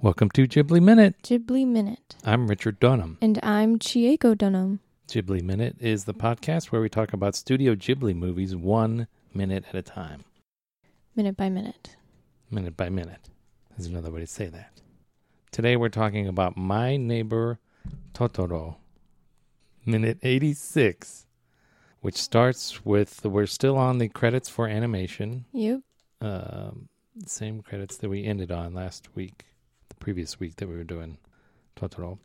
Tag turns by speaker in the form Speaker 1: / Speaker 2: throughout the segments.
Speaker 1: Welcome to Ghibli Minute.
Speaker 2: Ghibli Minute.
Speaker 1: I'm Richard Dunham.
Speaker 2: And I'm Chieko Dunham.
Speaker 1: Ghibli Minute is the podcast where we talk about Studio Ghibli movies one minute at a time,
Speaker 2: Minute by minute.
Speaker 1: minute by minute. There's another way to say that. Today we're talking about My Neighbor Totoro, minute 86, which starts with we're still on the credits for animation,
Speaker 2: Yep.
Speaker 1: um, same credits that we ended on last week, the previous week that we were doing Totoro.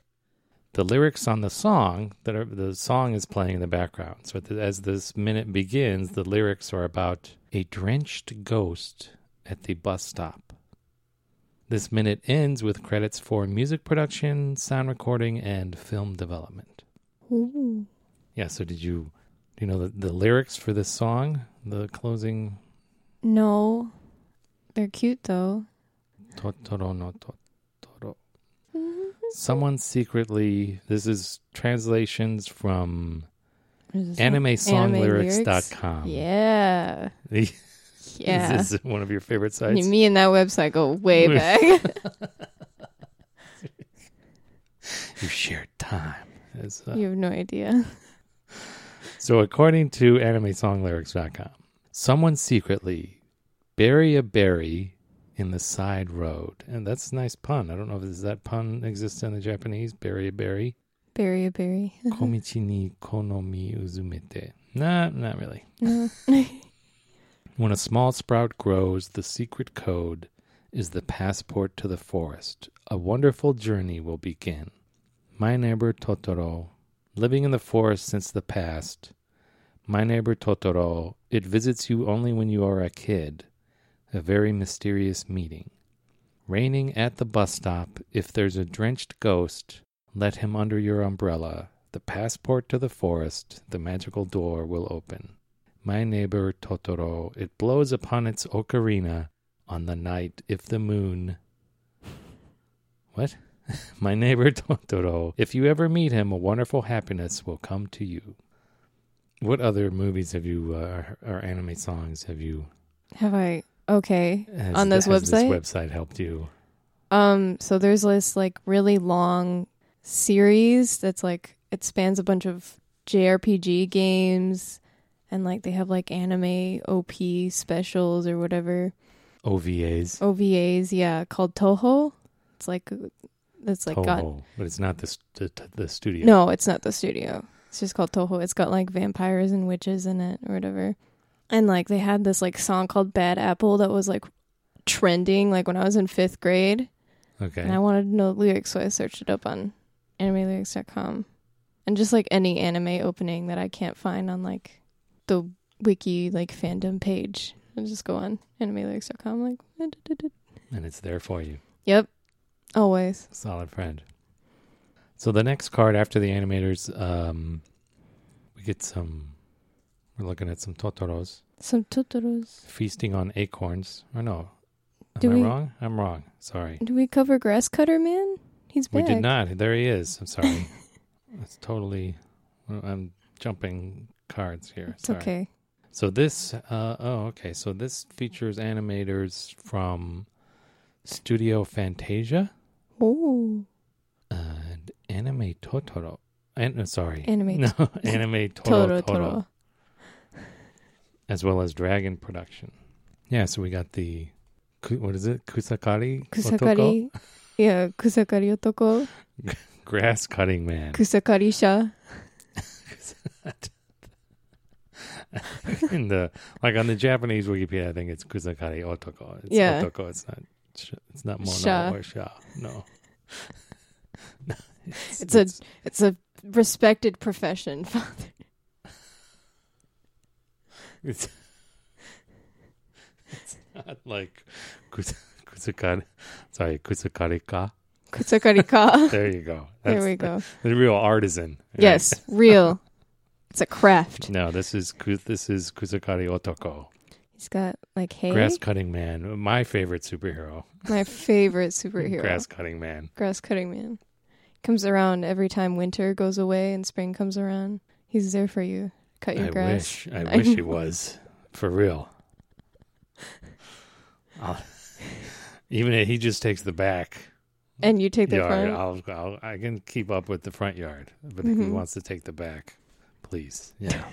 Speaker 1: The lyrics on the song that are the song is playing in the background. So at the, as this minute begins, the lyrics are about a drenched ghost at the bus stop. This minute ends with credits for music production, sound recording, and film development.
Speaker 2: Ooh.
Speaker 1: Yeah. So did you, do you know the, the lyrics for this song, the closing
Speaker 2: No. They're cute though.
Speaker 1: Totoro no Totoro.
Speaker 2: Mm-hmm.
Speaker 1: Someone secretly, this is translations from
Speaker 2: Is this one?
Speaker 1: animesonglyrics.com.
Speaker 2: Yeah. Yeah.
Speaker 1: This Um, is one of your favorite sites.
Speaker 2: Me and that website go way back.
Speaker 1: You shared time. It's, uh,
Speaker 2: you have no idea.
Speaker 1: So, according to animesonglyrics.com, someone secretly bury a berry in the side road. And that's a nice pun. I don't know if does that pun exists in the Japanese, bury a berry.
Speaker 2: Berry a berry.
Speaker 1: Komichi ni konomi uzumete. Nah, not really.
Speaker 2: No.
Speaker 1: When a small sprout grows, the secret code is the passport to the forest. A wonderful journey will begin. My neighbor Totoro, living in the forest since the past. My neighbor Totoro, it visits you only when you are a kid. A very mysterious meeting. Raining at the bus stop, if there's a drenched ghost, let him under your umbrella. The passport to the forest, the magical door will open. My neighbor Totoro, it blows upon its ocarina on the night if the moon. What? My neighbor Totoro, if you ever meet him, a wonderful happiness will come to you. What other movies have you, uh, or anime songs have you?
Speaker 2: have I okay.
Speaker 1: Has,
Speaker 2: On this
Speaker 1: has
Speaker 2: website?
Speaker 1: This website helped you.
Speaker 2: Um, so there's this like really long series that's like it spans a bunch of JRPG games and like they have like anime OP specials or whatever.
Speaker 1: OVAs.
Speaker 2: Oh, OVAs, yeah, called Toho. It's like that's like got
Speaker 1: Toho, but it's not the, st- the, t- the studio.
Speaker 2: No, it's not the studio. It's just called Toho. It's got like vampires and witches in it or whatever. And like they had this like song called Bad Apple that was like trending like when I was in 5th grade.
Speaker 1: Okay.
Speaker 2: And I wanted to know the lyrics, so I searched it up on animelyrics.com. And just like any anime opening that I can't find on like the wiki like fandom page, I just go on animelyrics.com like eh, duh, duh, duh.
Speaker 1: And it's there for you.
Speaker 2: yep, always.
Speaker 1: Solid friend. So the next card after the animators, um, we get some. We're looking at some Totoros
Speaker 2: Some Totoros.
Speaker 1: feasting on acorns. Or no, am
Speaker 2: Do
Speaker 1: I
Speaker 2: we-
Speaker 1: wrong? I'm wrong. Sorry,
Speaker 2: Do we cover Grass Cutter Man? He's
Speaker 1: we
Speaker 2: back.
Speaker 1: did not. There he is. I'm sorry. That's totally. I'm jumping cards here.
Speaker 2: It's
Speaker 1: Sorry.
Speaker 2: okay.
Speaker 1: So this. Uh, oh, okay. So this features animators from Studio Fantasia
Speaker 2: Oh,
Speaker 1: and Uh, Anime Totoro. And uh, sorry,
Speaker 2: Anime
Speaker 1: no, Anime Toro, Toro,
Speaker 2: Toro Toro.
Speaker 1: as well as Dragon Production. Yeah, so we got the ku- what is it? Kusakari, Otoko?
Speaker 2: Kusakari. Yeah, Kusakari Otoko.
Speaker 1: grass cutting man.
Speaker 2: Kusakari Sha.
Speaker 1: In the like on the Japanese Wikipedia, I think it's Kusakari Otoko. It's
Speaker 2: Yeah.
Speaker 1: Otoko. It's not. sh- It's not mono
Speaker 2: Sha.
Speaker 1: or sha. No.
Speaker 2: It's a- It's a respected profession.
Speaker 1: It's, it's not like kus- Kusakari. Sorry, Kusakari ka.
Speaker 2: Kusakari Ka.
Speaker 1: There you go.
Speaker 2: There we go.
Speaker 1: The real artisan. right?
Speaker 2: Yes, real. It's a craft.
Speaker 1: No, this is ku- this is Kusakari Otoko,
Speaker 2: He's got like hay.
Speaker 1: grass cutting man. My favorite superhero,
Speaker 2: My favorite superhero.
Speaker 1: grass cutting man.
Speaker 2: Grass cutting man. Comes around every time winter goes away and spring comes around. He's there for you. Cut your
Speaker 1: I
Speaker 2: grass.
Speaker 1: wish. I
Speaker 2: I
Speaker 1: wish he
Speaker 2: know.
Speaker 1: was for real. I'll- Even if he just takes the back
Speaker 2: And you take the
Speaker 1: yard.
Speaker 2: front.
Speaker 1: I'll, I'll I can keep up with the front yard, but if he
Speaker 2: Mhm.
Speaker 1: wants to take the back, please, yeah.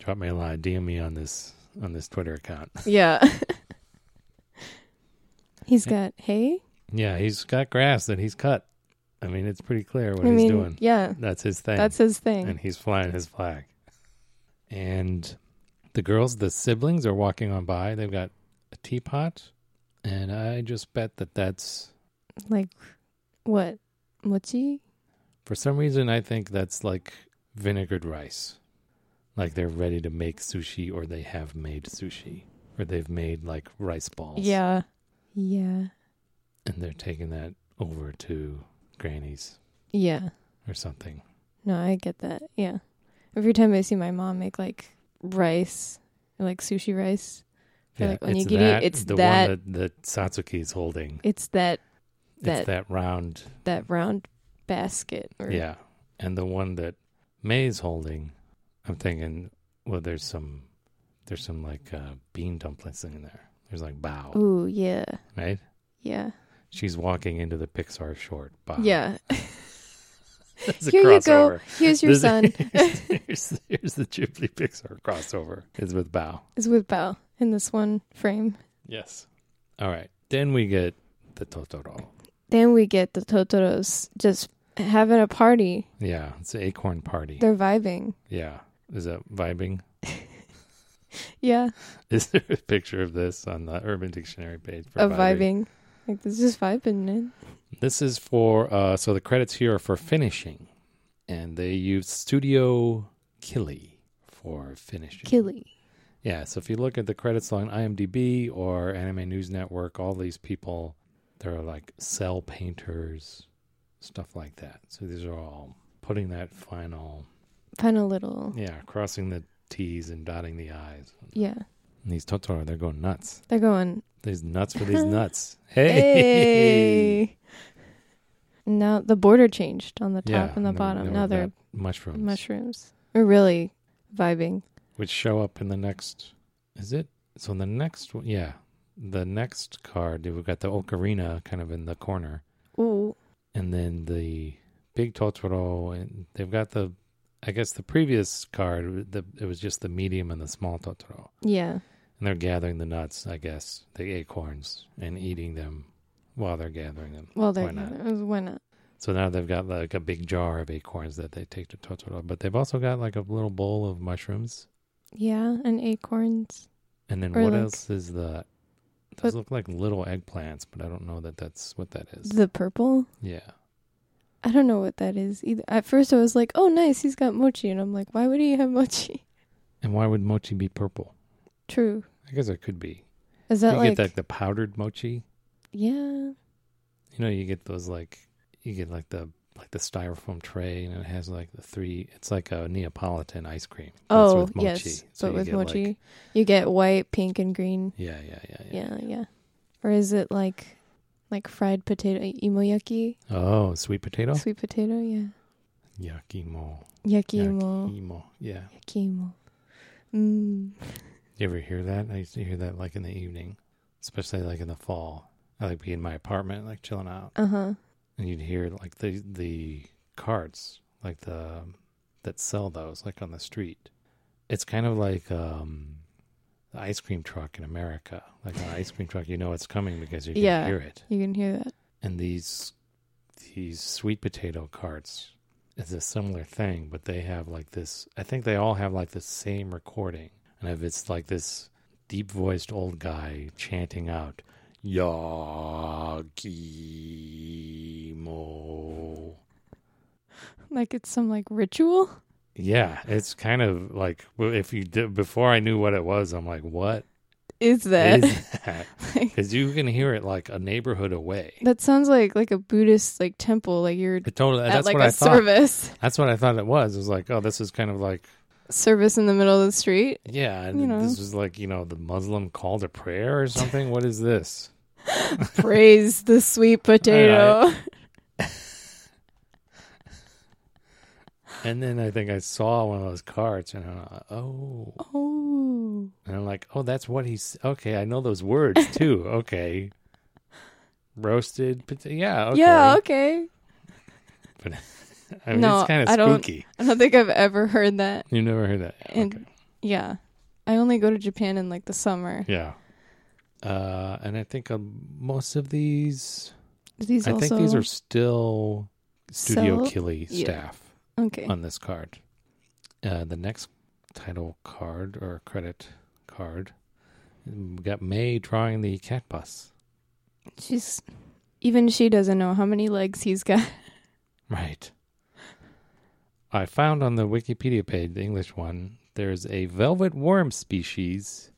Speaker 1: Drop me a line, DM me on this on this Twitter account.
Speaker 2: Yeah. He's got hay.
Speaker 1: Yeah, he's got grass that he's cut. I mean, it's pretty clear what
Speaker 2: I
Speaker 1: he's
Speaker 2: mean,
Speaker 1: doing.
Speaker 2: yeah,
Speaker 1: That's his thing.
Speaker 2: that's his thing.
Speaker 1: and he's flying his flag. And the girls, the siblings, are walking on by. They've got a teapot, and I just bet that that's
Speaker 2: like, what? Mochi?
Speaker 1: for some reason I think that's like vinegared rice, like they're ready to make sushi or they have made sushi or they've made like rice balls.
Speaker 2: Yeah. Yeah.
Speaker 1: and they're taking that over to Granny's
Speaker 2: Yeah.
Speaker 1: or something.
Speaker 2: No, I get that. Yeah. Every time I see my mom make like rice, like sushi rice, They're like, "Onigiri," it's
Speaker 1: the
Speaker 2: that-
Speaker 1: one that, that Satsuki is holding.
Speaker 2: it's that That-
Speaker 1: it's that round
Speaker 2: that round basket. Or,
Speaker 1: Yeah. And the one that May's holding, I'm thinking, well, there's some, there's some like uh, bean dumplings in there. There's like bow,
Speaker 2: Ooh, yeah.
Speaker 1: right?
Speaker 2: Yeah.
Speaker 1: She's walking into the Pixar short. Bow.
Speaker 2: Yeah.
Speaker 1: It's a
Speaker 2: Here you go.
Speaker 1: crossover.
Speaker 2: Here's your
Speaker 1: This-
Speaker 2: son.
Speaker 1: here's, here's, here's the Ghibli Pixar crossover. It's with bow.
Speaker 2: Is with Bao in this one frame.
Speaker 1: Yes. All right. Then we get the Totoro.
Speaker 2: Then we get the Totoros just having a party.
Speaker 1: Yeah. It's an acorn party.
Speaker 2: They're vibing.
Speaker 1: yeah. Is that vibing?
Speaker 2: Yeah.
Speaker 1: Is there a picture of this on the Urban Dictionary page? for
Speaker 2: Of vibing. Like this is vibing man.
Speaker 1: This is for uh, so the credits here are for finishing, and they used Studio Killy for finishing.
Speaker 2: Killy.
Speaker 1: Yeah, so if you look at the credits on IMDb or Anime News Network, all these people, they're like cell painters, stuff like that. So these are all putting that final,
Speaker 2: Final little
Speaker 1: yeah, crossing the T's and dotting the I's.
Speaker 2: Yeah.
Speaker 1: And these Totoro, they're going nuts.
Speaker 2: They're going
Speaker 1: These nuts for these nuts. Hey.
Speaker 2: Hey. Now the border changed on the top
Speaker 1: Yeah,
Speaker 2: and the
Speaker 1: they-
Speaker 2: bottom.
Speaker 1: they
Speaker 2: Now
Speaker 1: were
Speaker 2: they're
Speaker 1: got mushrooms.
Speaker 2: mushrooms. We're really vibing.
Speaker 1: which show up in the next is it so in the next one- yeah the next card we've got the ocarina kind of in the corner
Speaker 2: Ooh.
Speaker 1: and then the big totoro and they've got the i guess the previous card the, it was just the medium and the small totoro
Speaker 2: Yeah.
Speaker 1: and they're gathering the nuts i guess the acorns and eating them while they're gathering them
Speaker 2: Well, they're
Speaker 1: Why not?
Speaker 2: Why not?
Speaker 1: so now they've got like a big jar of acorns that they take to totoro but they've also got like a little bowl of mushrooms
Speaker 2: Yeah, and acorns.
Speaker 1: And then
Speaker 2: Or
Speaker 1: what
Speaker 2: like-
Speaker 1: else is the? Those look like little eggplants, but I don't know that that's what that is.
Speaker 2: The purple.
Speaker 1: yeah,
Speaker 2: I don't know what that is either. At first, I was like, "Oh, nice, he's got mochi," and I'm like, "Why would he have mochi?"
Speaker 1: and why would mochi be purple?
Speaker 2: True.
Speaker 1: I guess it could be.
Speaker 2: Is
Speaker 1: You
Speaker 2: that like?
Speaker 1: get like the powdered mochi.
Speaker 2: Yeah.
Speaker 1: You know, you get those like you get like the like the styrofoam tray, and it has like the three. It's like a Neapolitan ice cream. but it's
Speaker 2: oh,
Speaker 1: with mochi.
Speaker 2: yes.
Speaker 1: So
Speaker 2: but
Speaker 1: you
Speaker 2: with
Speaker 1: get, like-
Speaker 2: mochi, you get white, pink, and green.
Speaker 1: yeah, yeah, yeah, yeah.
Speaker 2: Yeah, yeah. Or is it like, like fried potato imoyaki,
Speaker 1: Oh, sweet potato.
Speaker 2: sweet potato? Yeah.
Speaker 1: Yakimo.
Speaker 2: Yakimo.
Speaker 1: Yakimo. Yeah.
Speaker 2: Yakimo. Mm.
Speaker 1: You ever hear that? I used to hear that like in the evening, especially like in the fall. I like be in my apartment, like chilling out,
Speaker 2: Uh huh.
Speaker 1: and you'd hear like the the carts, like the um, that sell those, like on the street. It's kind of like um, the ice cream truck in America. Like an ice cream truck, you know it's coming because you can
Speaker 2: Yeah.
Speaker 1: hear it.
Speaker 2: You can hear that.
Speaker 1: And these these sweet potato carts is a similar thing, but they have like this. I think they all have like the same recording, and if it's like this deep voiced old guy chanting out Yakimo.
Speaker 2: Like it's some like ritual.
Speaker 1: Yeah, it's kind of like well, if you did before I knew what it was, I'm like, what
Speaker 2: Is that?
Speaker 1: is that?
Speaker 2: like,
Speaker 1: Because you can hear it like a neighborhood away.
Speaker 2: that sounds like like a Buddhist like temple. Like you're
Speaker 1: It totally.
Speaker 2: at
Speaker 1: That's
Speaker 2: like
Speaker 1: what
Speaker 2: a
Speaker 1: I thought.
Speaker 2: service
Speaker 1: That's what I thought it was. It was like, oh, this is kind of like,
Speaker 2: service in the middle of the street.
Speaker 1: yeah, and
Speaker 2: You know.
Speaker 1: this is like, you know, the Muslim call to prayer or something. what is this?
Speaker 2: Praise the sweet potato.
Speaker 1: And then I think I saw one of those carts, and I'm like, oh,
Speaker 2: Oh,
Speaker 1: and I'm like, oh, that's what he's. Okay, I know those words too. okay, roasted potato. Yeah, okay.
Speaker 2: Yeah, okay.
Speaker 1: I mean,
Speaker 2: No,
Speaker 1: it's kind of
Speaker 2: I don't-
Speaker 1: spooky.
Speaker 2: I don't think I've ever heard that.
Speaker 1: You never heard that.
Speaker 2: And
Speaker 1: Okay.
Speaker 2: yeah, I only go to Japan in like the summer.
Speaker 1: Yeah. Uh, and I think um, most of these,
Speaker 2: These
Speaker 1: I
Speaker 2: also
Speaker 1: think these are still Studio
Speaker 2: sell-
Speaker 1: Killy
Speaker 2: Yeah.
Speaker 1: staff
Speaker 2: okay.
Speaker 1: on this card. Uh, the next title card or credit card mm, we got May drawing the cat bus.
Speaker 2: She's even she doesn't know how many legs he's got.
Speaker 1: Right. I found on the Wikipedia page, the English one, there's a velvet worm species,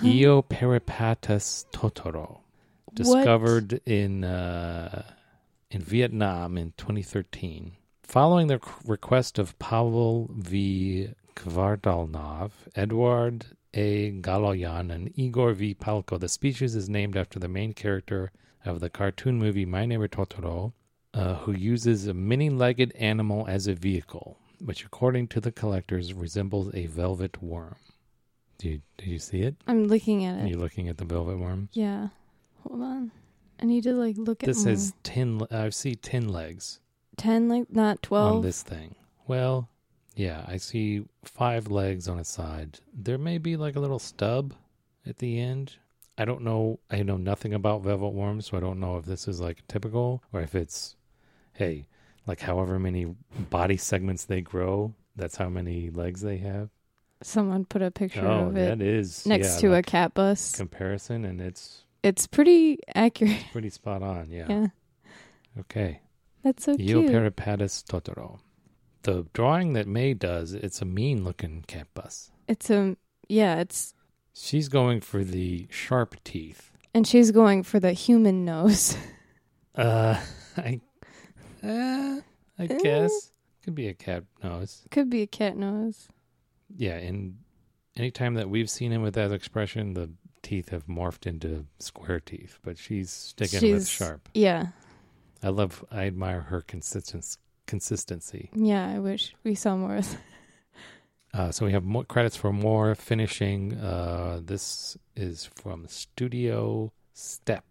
Speaker 1: Eoperipatus totoro,
Speaker 2: What?
Speaker 1: discovered in uh, in Vietnam in 2013. Following the c- request of Pavel V. Kvardalnov, Edward A. Galoyan, and Igor V. Palko, the species is named after the main character of the cartoon movie My Neighbor Totoro, uh, who uses a many legged animal as a vehicle, which, according to the collectors, resembles a velvet worm. Do you, do you see it?
Speaker 2: I'm looking at
Speaker 1: Are
Speaker 2: it.
Speaker 1: you looking at the velvet worm?
Speaker 2: yeah. Hold on. I need to like look at
Speaker 1: This
Speaker 2: more.
Speaker 1: has 10, le- I see 10 legs.
Speaker 2: ten, like not twelve.
Speaker 1: on this thing. Well, yeah, I see five legs on a side. There may be like a little stub at the end. I don't know. I know nothing about velvet worms, so I don't know if this is like typical or if it's, hey, like however many body segments they grow, that's how many legs they have.
Speaker 2: Someone put a picture
Speaker 1: oh,
Speaker 2: of it
Speaker 1: that is
Speaker 2: next
Speaker 1: yeah,
Speaker 2: to
Speaker 1: like
Speaker 2: a cat bus.
Speaker 1: comparison, and it's
Speaker 2: it's pretty accurate.
Speaker 1: pretty spot on. Yeah.
Speaker 2: Yeah,
Speaker 1: Okay.
Speaker 2: that's so
Speaker 1: Io
Speaker 2: cute.
Speaker 1: Peripatus Totoro. The drawing that May does, it's a mean looking cat bus.
Speaker 2: it's a yeah. It's
Speaker 1: She's going for the sharp teeth.
Speaker 2: and she's going for the human nose.
Speaker 1: Uh, I, uh, I
Speaker 2: Eh.
Speaker 1: guess could be a cat nose.
Speaker 2: Could be a cat nose.
Speaker 1: Yeah, and anytime that we've seen him with that expression, the teeth have morphed into square teeth. But she's sticking with
Speaker 2: She's-
Speaker 1: sharp.
Speaker 2: Yeah,
Speaker 1: I love. I admire her consistency. Consistency.
Speaker 2: yeah. I wish we saw more. of that.
Speaker 1: Uh, so we have more credits for more finishing. Uh, this is from Studio Step.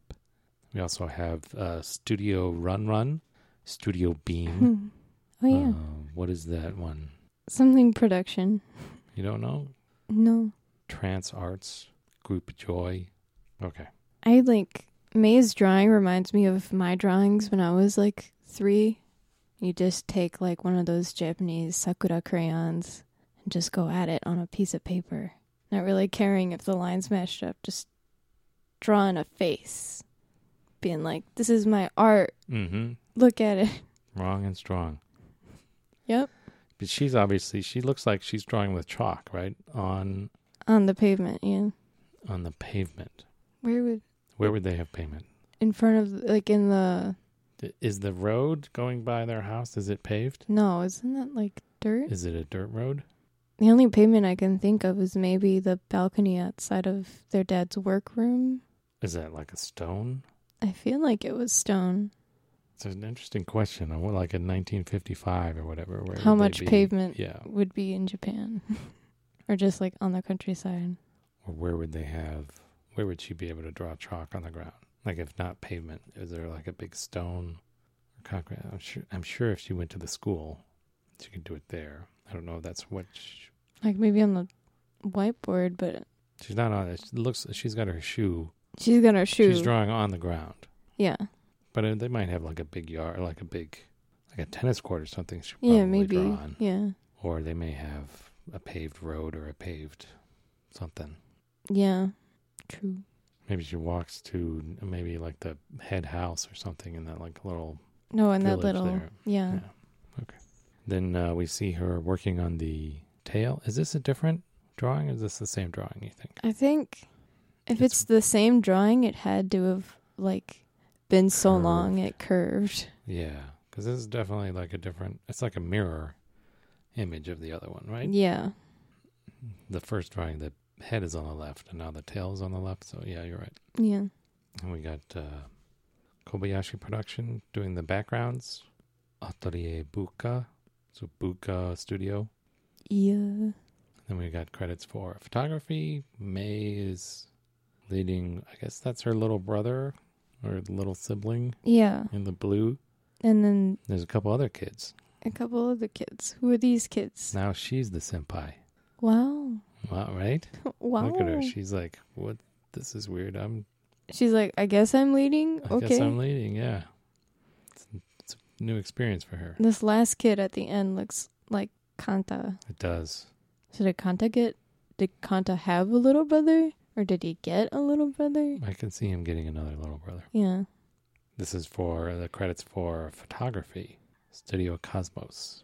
Speaker 1: We also have uh, Studio Run Run, Studio Beam.
Speaker 2: Hmm. oh yeah,
Speaker 1: Uh, what is that one?
Speaker 2: something production.
Speaker 1: You don't know?
Speaker 2: No,
Speaker 1: Trance Arts, Group Joy. Okay.
Speaker 2: I like May's drawing reminds me of my drawings when I was like three. You just take like one of those Japanese sakura crayons and just go at it on a piece of paper, not really caring if the lines matched up. Just drawing a face, being like, "This is my art.
Speaker 1: Mm-hmm.
Speaker 2: Look at it."
Speaker 1: Wrong and strong.
Speaker 2: Yep,
Speaker 1: But she's obviously she looks like she's drawing with chalk, right? On
Speaker 2: on the pavement. Yeah,
Speaker 1: on the pavement.
Speaker 2: where would
Speaker 1: Where would they have pavement?
Speaker 2: in front of like in the
Speaker 1: Is the road going by their house? Is it paved?
Speaker 2: no? Isn't that like dirt?
Speaker 1: Is it a dirt road?
Speaker 2: The only pavement I can think of is maybe the balcony outside of their dad's workroom.
Speaker 1: Is that like a stone?
Speaker 2: I feel like it was stone.
Speaker 1: It's an interesting question. I want like in 1955 or whatever. Where
Speaker 2: How
Speaker 1: would they
Speaker 2: much
Speaker 1: be?
Speaker 2: pavement
Speaker 1: Yeah.
Speaker 2: would be in Japan? or just like on the countryside?
Speaker 1: Or where would they have? Where would she be able to draw chalk on the ground? Like if not pavement, is there like a big stone or concrete? I'm sure. I'm sure if she went to the school, she could do it there. I don't know. if That's what she,
Speaker 2: Like maybe on the whiteboard, but
Speaker 1: she's not on. It looks. She's got her shoe.
Speaker 2: she's got her shoe.
Speaker 1: She's drawing on the ground.
Speaker 2: yeah.
Speaker 1: But uh, they might have like a big yard, like a big, like a tennis court or something. She probably
Speaker 2: Yeah, maybe.
Speaker 1: draw on.
Speaker 2: Yeah.
Speaker 1: or they may have a paved road or a paved something.
Speaker 2: Yeah. True.
Speaker 1: Maybe she walks to maybe like the head house or something in that like little.
Speaker 2: No, and that
Speaker 1: Village
Speaker 2: little.
Speaker 1: there.
Speaker 2: Yeah.
Speaker 1: Yeah. Then uh, we see her working on the tail. Is this a different drawing? Or is this the same drawing? You think?
Speaker 2: I think if
Speaker 1: It's-
Speaker 2: it's, the same drawing, it had to have like been so long
Speaker 1: Curved.
Speaker 2: it curved.
Speaker 1: Yeah, because this is definitely like a different. It's like a mirror image of the other one, right?
Speaker 2: Yeah.
Speaker 1: The first drawing, the head is on the left, and now the tail is on the left. So yeah, you're right.
Speaker 2: Yeah.
Speaker 1: And we got uh, Kobayashi Production doing the backgrounds. Atelier Buka, so Buka Studio.
Speaker 2: Yeah.
Speaker 1: Then we got credits for photography. May is leading, I guess that's her little brother or little sibling
Speaker 2: Yeah.
Speaker 1: in the blue.
Speaker 2: And then
Speaker 1: There's a couple other kids.
Speaker 2: a couple of the kids. Who are these kids?
Speaker 1: Now she's the senpai.
Speaker 2: Wow.
Speaker 1: Wow, right?
Speaker 2: Wow.
Speaker 1: Look at her. She's like, what? This is weird. I'm.
Speaker 2: She's like, I guess I'm leading.
Speaker 1: I
Speaker 2: okay.
Speaker 1: guess I'm leading. Yeah. It's, it's a new experience for her.
Speaker 2: This last kid at the end looks like Kanta.
Speaker 1: It does.
Speaker 2: So did Kanta get? Did Kanta have a little brother, or did he get a little brother?
Speaker 1: I can see him getting another little brother.
Speaker 2: Yeah.
Speaker 1: This is for the credits for photography, Studio Cosmos.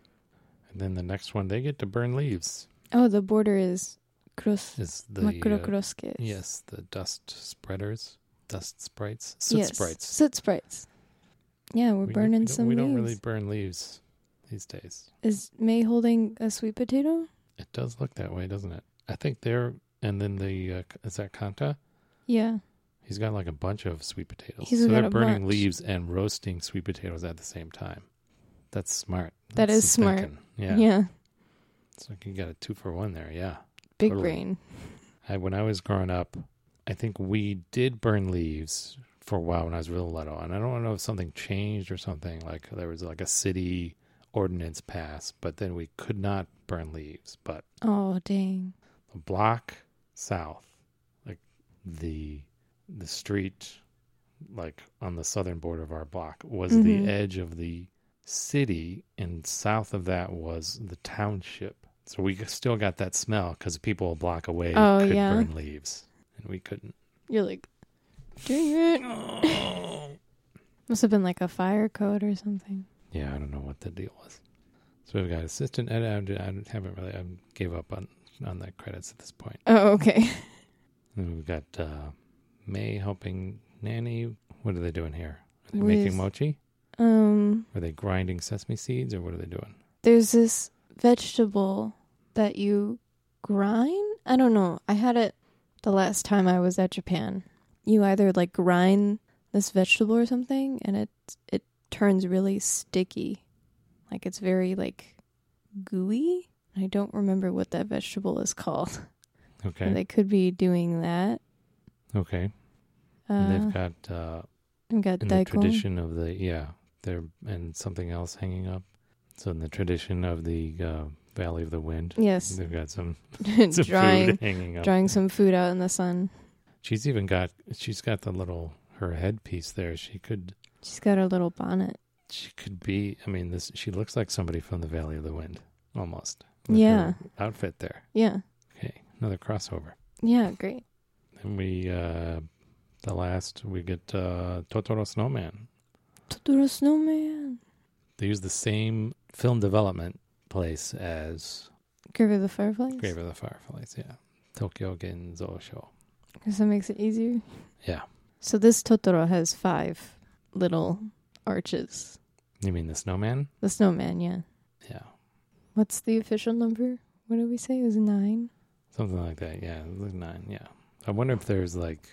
Speaker 1: And then the next one, they get to burn leaves.
Speaker 2: Oh, the border is Kros
Speaker 1: Is the. uh,
Speaker 2: Makrokroskes.
Speaker 1: Yes, the dust spreaders, dust sprites, soot
Speaker 2: Yes.
Speaker 1: sprites.
Speaker 2: Soot sprites. Yeah, we're
Speaker 1: We- we
Speaker 2: burning
Speaker 1: don't-
Speaker 2: some
Speaker 1: We
Speaker 2: leaves.
Speaker 1: don't really burn leaves these days.
Speaker 2: Is May holding a sweet potato?
Speaker 1: It does look that way, doesn't it? I think they're, and then the uh, is that Kanta?
Speaker 2: Yeah.
Speaker 1: He's got like a bunch of sweet potatoes.
Speaker 2: He's
Speaker 1: so
Speaker 2: got
Speaker 1: they're
Speaker 2: a
Speaker 1: burning
Speaker 2: bunch.
Speaker 1: leaves and roasting sweet potatoes at the same time. That's smart.
Speaker 2: That
Speaker 1: That's
Speaker 2: is
Speaker 1: the
Speaker 2: smart.
Speaker 1: thinking.
Speaker 2: Yeah.
Speaker 1: Yeah. It's like you got a two for one there. Yeah.
Speaker 2: Big
Speaker 1: Totally.
Speaker 2: brain.
Speaker 1: I, when I was growing up, I think we did burn leaves for a while when I was real little, and I don't know if something changed or something. Like there was like a city ordinance passed, but then we could not burn leaves. But
Speaker 2: Oh dang.
Speaker 1: a block south, like the the street, like on the southern border of our block, was
Speaker 2: Mhm.
Speaker 1: the edge of the city, and south of that was the township. So we still got that smell because people a block away
Speaker 2: Oh,
Speaker 1: could
Speaker 2: yeah.
Speaker 1: burn leaves, and we couldn't.
Speaker 2: You're like, dang it. Must have been like a fire code or something.
Speaker 1: Yeah, I don't know what the deal was. So we've got assistant ed. I I haven't really. I gave up on on the credits at this point.
Speaker 2: Oh, okay.
Speaker 1: And we've got uh, May helping Nanny. What are they doing here? Are they making
Speaker 2: With-
Speaker 1: mochi?
Speaker 2: Um,
Speaker 1: Are they grinding sesame seeds, or what are they doing?
Speaker 2: there's this vegetable that you grind. I don't know. I had it the last time I was at Japan. You either like grind this vegetable or something, and it it turns really sticky, like it's very like gooey. I don't remember what that vegetable is called.
Speaker 1: Okay,
Speaker 2: They could be doing that.
Speaker 1: okay. and
Speaker 2: Uh,
Speaker 1: they've got uh,
Speaker 2: I've got
Speaker 1: in the
Speaker 2: daikon.
Speaker 1: tradition of the yeah, there and something else hanging up. So in the tradition of the uh, Valley of the Wind,
Speaker 2: Yes,
Speaker 1: they've got some, some
Speaker 2: drying
Speaker 1: food hanging up.
Speaker 2: drying some food out in the sun.
Speaker 1: She's even got she's got the little her headpiece there. She could
Speaker 2: She's got a little bonnet.
Speaker 1: she could be. I mean, this she looks like somebody from the Valley of the Wind almost. with her
Speaker 2: Yeah.
Speaker 1: outfit there.
Speaker 2: Yeah,
Speaker 1: Okay, another crossover.
Speaker 2: yeah, great.
Speaker 1: And we uh the last we get uh Totoro Snowman.
Speaker 2: Totoro snowman.
Speaker 1: They use the same film development place as
Speaker 2: Grave of the Fireflies.
Speaker 1: Grave of the Fireflies, yeah. Tokyo Genzo Show.
Speaker 2: Because that makes it easier.
Speaker 1: Yeah.
Speaker 2: So this Totoro has five little arches.
Speaker 1: You mean the snowman?
Speaker 2: The snowman, yeah.
Speaker 1: Yeah.
Speaker 2: What's the official number? What did we say? It was nine?
Speaker 1: Something like that, yeah. it was Nine, yeah. I wonder if there's like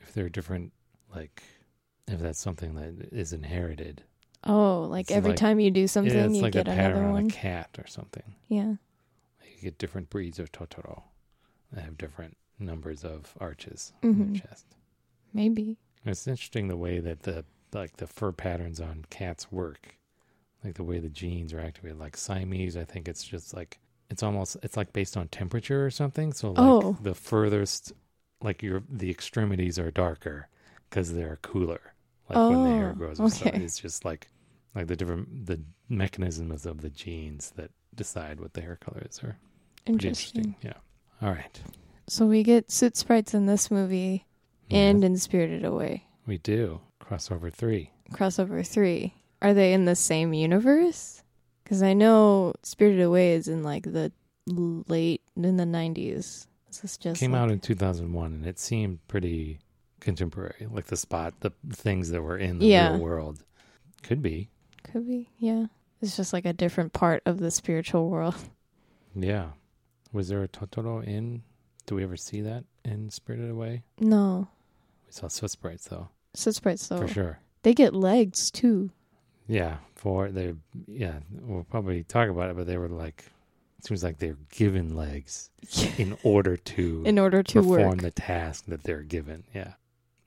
Speaker 1: if there are different like if that's something that is inherited.
Speaker 2: Oh, like
Speaker 1: It's
Speaker 2: every
Speaker 1: like-
Speaker 2: time you do something,
Speaker 1: yeah, it's
Speaker 2: you
Speaker 1: like
Speaker 2: get
Speaker 1: a
Speaker 2: another
Speaker 1: pattern on
Speaker 2: one.
Speaker 1: a cat or something.
Speaker 2: yeah.
Speaker 1: You get different breeds of Totoro that have different numbers of arches in
Speaker 2: Mhm.
Speaker 1: their chest.
Speaker 2: Maybe.
Speaker 1: It's interesting the way that the like the fur patterns on cats work, like the way the genes are activated. Like Siamese, I think it's just like it's almost it's like based on temperature or something. So like
Speaker 2: Oh.
Speaker 1: the furthest, like your the extremities are darker because they're cooler. Like when the hair
Speaker 2: Oh,
Speaker 1: grows, or something.
Speaker 2: okay.
Speaker 1: it's just like like the different the mechanisms of the genes that decide what the hair color is. Are pretty
Speaker 2: Interesting.
Speaker 1: interesting. Yeah. All right.
Speaker 2: So we get suit sprites in this movie and in Spirited Away.
Speaker 1: Mm, we do crossover three.
Speaker 2: Crossover three. Are they in the same universe? Because I know Spirited Away is in like the late in the nineties. This is just
Speaker 1: came
Speaker 2: like-
Speaker 1: out in 2001 and it seemed pretty contemporary like the spot the things that were in the
Speaker 2: Yeah.
Speaker 1: real world could be
Speaker 2: Could be, yeah. It's just like a different part of the spiritual world.
Speaker 1: yeah was there a totoro in do we ever see that in spirited away
Speaker 2: No,
Speaker 1: we saw swiss sprites though
Speaker 2: Soot sprites though.
Speaker 1: for sure
Speaker 2: They get legs too.
Speaker 1: yeah for they yeah we'll probably talk about it but they were like it seems like they're given legs in order to
Speaker 2: in order to
Speaker 1: perform
Speaker 2: work.
Speaker 1: the task that they're given yeah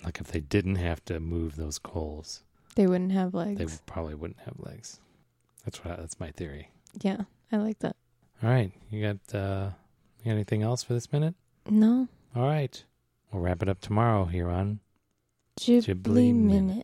Speaker 1: Like if they didn't have to move those coals,
Speaker 2: They wouldn't have legs.
Speaker 1: they probably wouldn't have legs. That's what I, that's my theory.
Speaker 2: yeah, I like that.
Speaker 1: All right, you got uh, you got anything else for this minute?
Speaker 2: No.
Speaker 1: All right, we'll wrap it up tomorrow here on
Speaker 2: Ghibli,
Speaker 1: Ghibli Minute.
Speaker 2: minute.